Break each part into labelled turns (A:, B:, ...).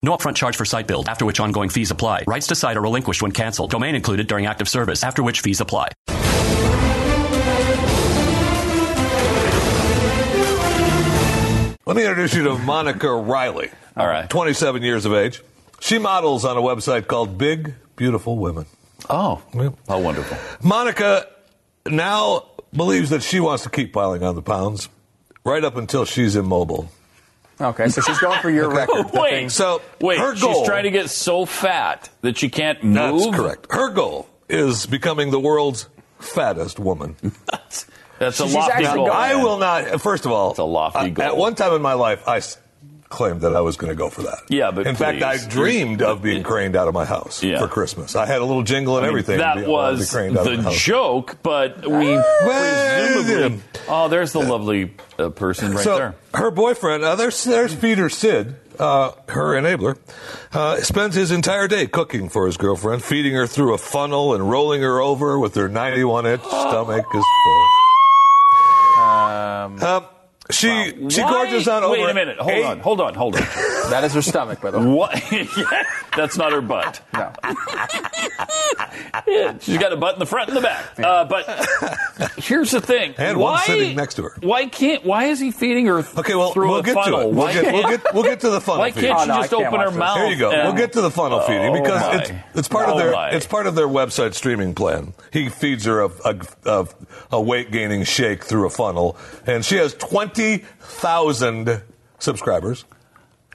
A: No upfront charge for site build, after which ongoing fees apply. Rights to site are relinquished when canceled. Domain included during active service, after which fees apply.
B: Let me introduce you to Monica Riley.
A: All right.
B: 27 years of age. She models on a website called Big Beautiful Women.
C: Oh, how wonderful.
B: Monica now believes that she wants to keep piling on the pounds right up until she's immobile.
C: Okay, so she's going for your record. the
D: Wait,
C: thing-
B: So,
D: wait,
B: her
D: she's
B: goal-
D: trying to get so fat that she can't move.
B: That's correct. Her goal is becoming the world's fattest woman.
D: That's a
C: She's
D: lofty
C: actually
D: goal.
C: going-
B: I will not. First of all, it's
D: a lofty goal.
B: At one time in my life, I s- claimed that I was going to go for that.
D: Yeah, but
B: in fact, I
D: please.
B: dreamed of being craned out of my house
D: Yeah.
B: for Christmas. I had a little jingle and everything. to be
D: That
B: able to be
D: was
B: craned out of
D: the
B: house.
D: joke, but we
B: Well,
D: presumably.
B: then.
D: Oh, there's the lovely uh, person right
B: so
D: there.
B: her boyfriend, uh, there's, there's Peter Sid, uh, her enabler, uh, spends his entire day cooking for his girlfriend, feeding her through a funnel and rolling her over with her 91 inch stomach is full. Um, she she
D: Why-
B: gorges on over.
D: Wait a minute. Hold
B: eight-
D: on. Hold on. Hold on.
C: that is her stomach, by the way.
D: what? Yeah, that's not her butt.
C: No.
D: She's got a butt in the front and the back. Uh, but here's the thing.
B: And
D: why,
B: one sitting next to her.
D: Why can't? Why is he feeding her? th-
B: Okay, well,
D: through
B: we'll
D: a
B: get
D: funnel?
B: to it. We'll
D: Why
B: get,
D: can't,
B: we'll get, we'll get to the funnel
D: why
B: feeding.
D: can't
C: Oh,
D: she
C: no, I
D: just
C: can't
D: open
C: watch
D: her
C: this. Oh,
D: mouth?
B: Here you go.
D: and-
B: We'll get to the funnel feeding because
D: my.
B: it's, it's part of
D: Oh,
B: their
D: my.
B: it's part of their website streaming plan. He feeds her a, a, a, a weight gaining shake through a funnel, and she has twenty thousand subscribers.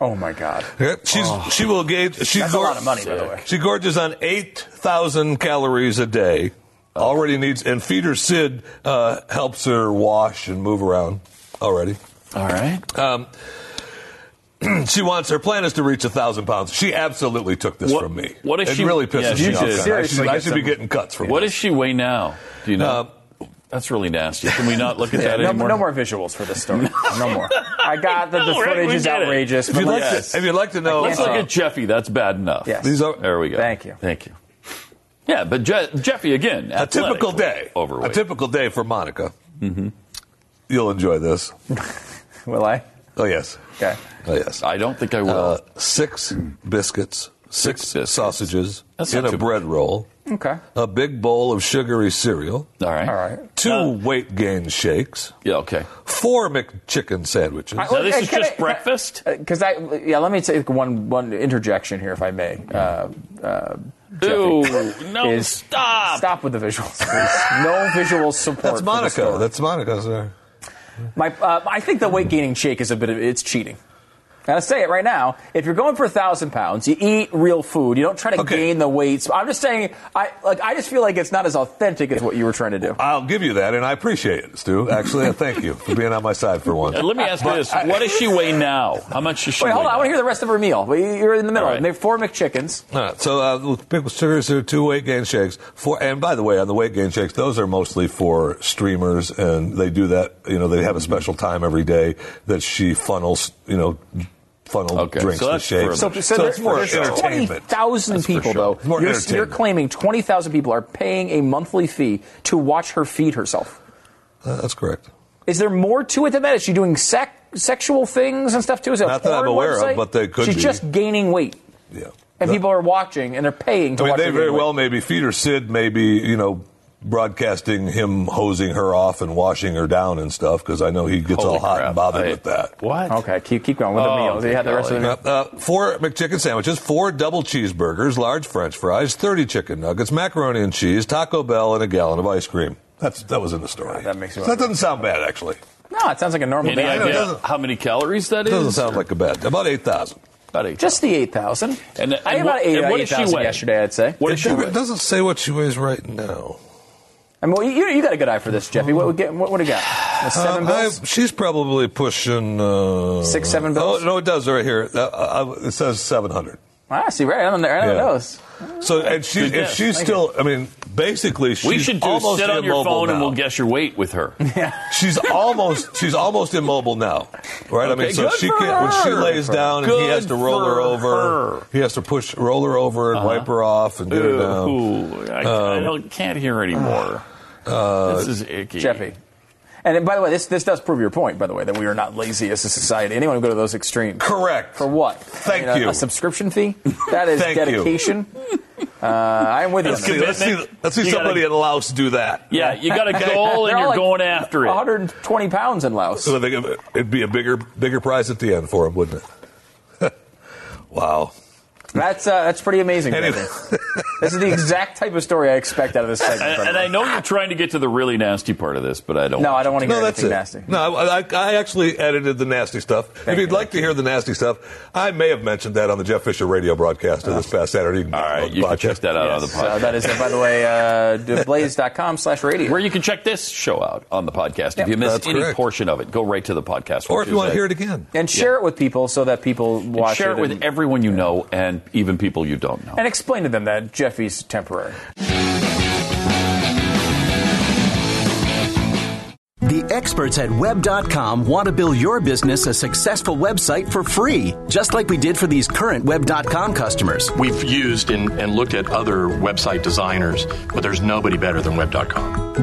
C: Oh, my God. Oh.
B: Okay, She's she will gauge. She
C: That's a lot of money, by the way.
B: She gorges on eight thousand calories a day. Already needs and feeder Sid uh, helps her wash and move around. Already.
D: All right.
B: Um, she wants her plan is to reach a thousand pounds. She absolutely took this
D: What-
B: from me.
D: what if
B: it
D: she-
B: really
D: yeah,
B: pisses
D: she
B: me off?
D: should
B: I should- I
C: seriously
B: should,
C: get
B: be
C: some-
B: getting cuts from.
D: What
B: her.
D: does she weigh now? Do you know?
B: Uh,
D: That's really nasty. Can we not look at that
C: No,
D: anymore?
C: no more visuals for this story. No more. I got that the
D: No, right,
C: footage
D: we
C: is
D: get it.
C: outrageous.
B: if you'd
C: but
B: like
C: let's-
B: to, if you'd like to know,
D: Let's
B: uh,
D: look at Jeffy. That's bad enough.
C: Yes.
B: these are
D: There we go.
C: Thank you.
D: Thank you. Yeah, but Je- Jeffy again.
B: a typical
D: athletic,
B: day.
D: Overweight.
B: A typical day for Monica. Mm-hmm. You'll enjoy this.
C: Will I?
B: Oh yes.
C: Okay.
B: Oh yes.
D: I don't think I will.
B: Uh, six biscuits, six,
D: biscuits.
B: sausages
D: That's
B: in
D: not
B: a
D: too
B: bread roll,
C: Okay.
B: a big bowl of sugary cereal,
D: all right.
C: All right.
B: two weight gain shakes,
D: Uh, Yeah. Okay.
B: four McChicken sandwiches.
C: I-
D: So this
C: Okay,
D: is
C: can
D: just
C: I-
D: breakfast.
C: Because I, yeah, let me take one one interjection here, if I may. Uh, uh, Jeffy.
D: Ew, no,
C: Is-
D: stop.
C: Stop with the visuals. please. no visual support.
B: That's
C: for the
B: Monaco.
C: story.
B: That's Monaco, sir.
C: My, uh, I think the weight gaining shake is a bit of it's cheating. Now, to say it right now, if you're going for a thousand pounds, you eat real food. You don't try to
B: Okay.
C: gain the weight. So I'm just saying, I like. I just feel like it's not as authentic as what you were trying to do.
B: I'll give you that, and I appreciate it, Stu. Actually, I thank you for being on my side for once.
D: Uh, Let me ask you this: What does she weigh now? How much does she
C: Wait,
D: weigh?
C: hold on. I
D: now?
C: want to hear the rest of her meal. Wait, You're in the middle.
D: All right.
C: They have four McChickens.
B: All right, so uh, pickle sugars are two weight gain shakes. Four, and by the way, on the weight gain shakes, those are mostly for streamers, and they do that. You know, they have a special time every day that she funnels. You know, funnel
D: Okay,
B: drinks
D: so
B: the
D: that's
B: shakes.
D: for
C: So,
D: the-
C: so,
B: it's more
C: there's
B: entertainment.
C: 20,000 people,
B: sure.
C: though.
B: It's more
C: you're, you're
B: entertainment.
C: claiming 20,000 people are paying a monthly fee to watch her feed herself.
B: Uh, that's correct.
C: Is there more to it than that? Is she doing sec- sexual things and stuff too? Is it a
B: Not that I'm
C: porn
B: aware of,
C: website?
B: but they could
C: She's
B: be.
C: just gaining weight,
B: Yeah,
C: and people are watching and they're paying to
B: I mean,
C: watch.
B: they
C: her
B: very
C: gain weight.
B: well maybe feed her Sid, maybe you know broadcasting him hosing her off and washing her down and stuff because I know he gets
D: Holy
B: all hot
D: crap.
B: and bothered
D: I-
B: with that.
D: What?
C: Okay, keep keep going with the
D: Oh,
C: meals. You had the rest of the meal.
B: Yep, Uh, four McChicken sandwiches, four double cheeseburgers, large French fries, thirty chicken nuggets, macaroni and cheese, Taco Bell, and a gallon of ice cream. That's that was in the story.
C: that makes me
B: that doesn't sound bad actually.
C: No, it sounds like a normal
D: Any
C: day.
B: know, it
D: idea
B: doesn't-
D: how many calories that
B: It
D: is?
B: doesn't sound like a bad. About eight thousand.
D: About eight.
C: Just the eight thousand.
D: And-
C: I
D: and
C: had about
D: what-
C: eight
D: and what does she
C: thousand
D: weigh?
C: yesterday. I'd say.
D: What
B: It,
D: is she?
B: doesn't-
D: weigh?
B: it doesn't say what she weighs right now.
C: I mean, well, you, you got a good eye for this, Jeffy. What what, what, what do you got? A Seven
B: Um, I-
C: bills.
B: she's probably pushing uh,
C: Six, seven bills?
B: Oh no, it does right here. Uh, uh, it says seven hundred.
C: Ah, see, right on the right on the
B: Yeah.
C: nose.
B: So and she
D: Good
B: and
D: guess.
B: she's
C: Thank
B: still. I mean, basically, she's
D: we should do
B: almost
D: sit on your
B: immobile
D: phone and
B: now.
D: we'll guess your weight with her.
B: She's almost she's almost immobile now, right? I mean,
D: Okay,
B: so
D: good
B: she
D: for
B: when she
D: her.
B: lays down and he
D: Good
B: has to roll her
D: for
B: over.
D: her. Uh-huh.
B: He has to push roll her over and wipe her off and um, get her down.
D: Ooh, I, I don't, can't hear anymore.
B: uh,
D: this is icky.
C: Jeffy. And by the way, this this does prove your point. By the way, that we are not lazy as a society. Anyone who go to those extremes
B: Correct.
C: for what?
B: Thank
C: I mean, a-
B: you.
C: A subscription fee. That is
B: Thank you.
C: dedication. Uh, I'm with you.
D: That's
C: on that.
D: good.
B: Let's see, let's see
D: You gotta-
B: somebody in Laos do that.
D: Yeah, you got a goal
C: They're
D: and
C: all
D: you're
C: like
D: going after it.
C: 120 pounds in Laos.
B: So they give, it'd be a bigger bigger prize at the end for him, wouldn't it? wow.
C: That's uh, that's pretty amazing.
B: Anyway.
C: Brandon. this is the exact type of story I expect out of this segment.
D: And, and I know you're trying to get to the really nasty part of this, but I don't.
C: no, I don't want to hear
B: No, that's
C: anything
B: it.
C: nasty.
B: No, I, I- I actually edited the nasty stuff. if
C: Thank
B: you'd
C: you,
B: like to hear the nasty stuff, I may have mentioned that on the Jeff Fisher radio broadcast of this past Saturday.
D: All right, you can check that out on the podcast.
C: So that is, uh, by the way, uh, blaze.com slash radio.
D: Where you can check this show out on the podcast.
C: Yep.
D: If you missed
B: That's
D: any
B: correct.
D: portion of it, go right to the podcast.
B: Or
D: which
B: if you
D: is
B: want
D: a-
B: to hear it again.
C: and share it with people so that people
D: and
C: watch
D: share it
C: it.
D: with
C: and,
D: everyone you know and even people you don't know.
C: and explain to them that Jeffy's temporary.
E: The experts at web.com want to build your business a successful website for free, just like we did for these current web.com customers.
F: We've used and, and looked at other website designers, but there's nobody better than Web.com.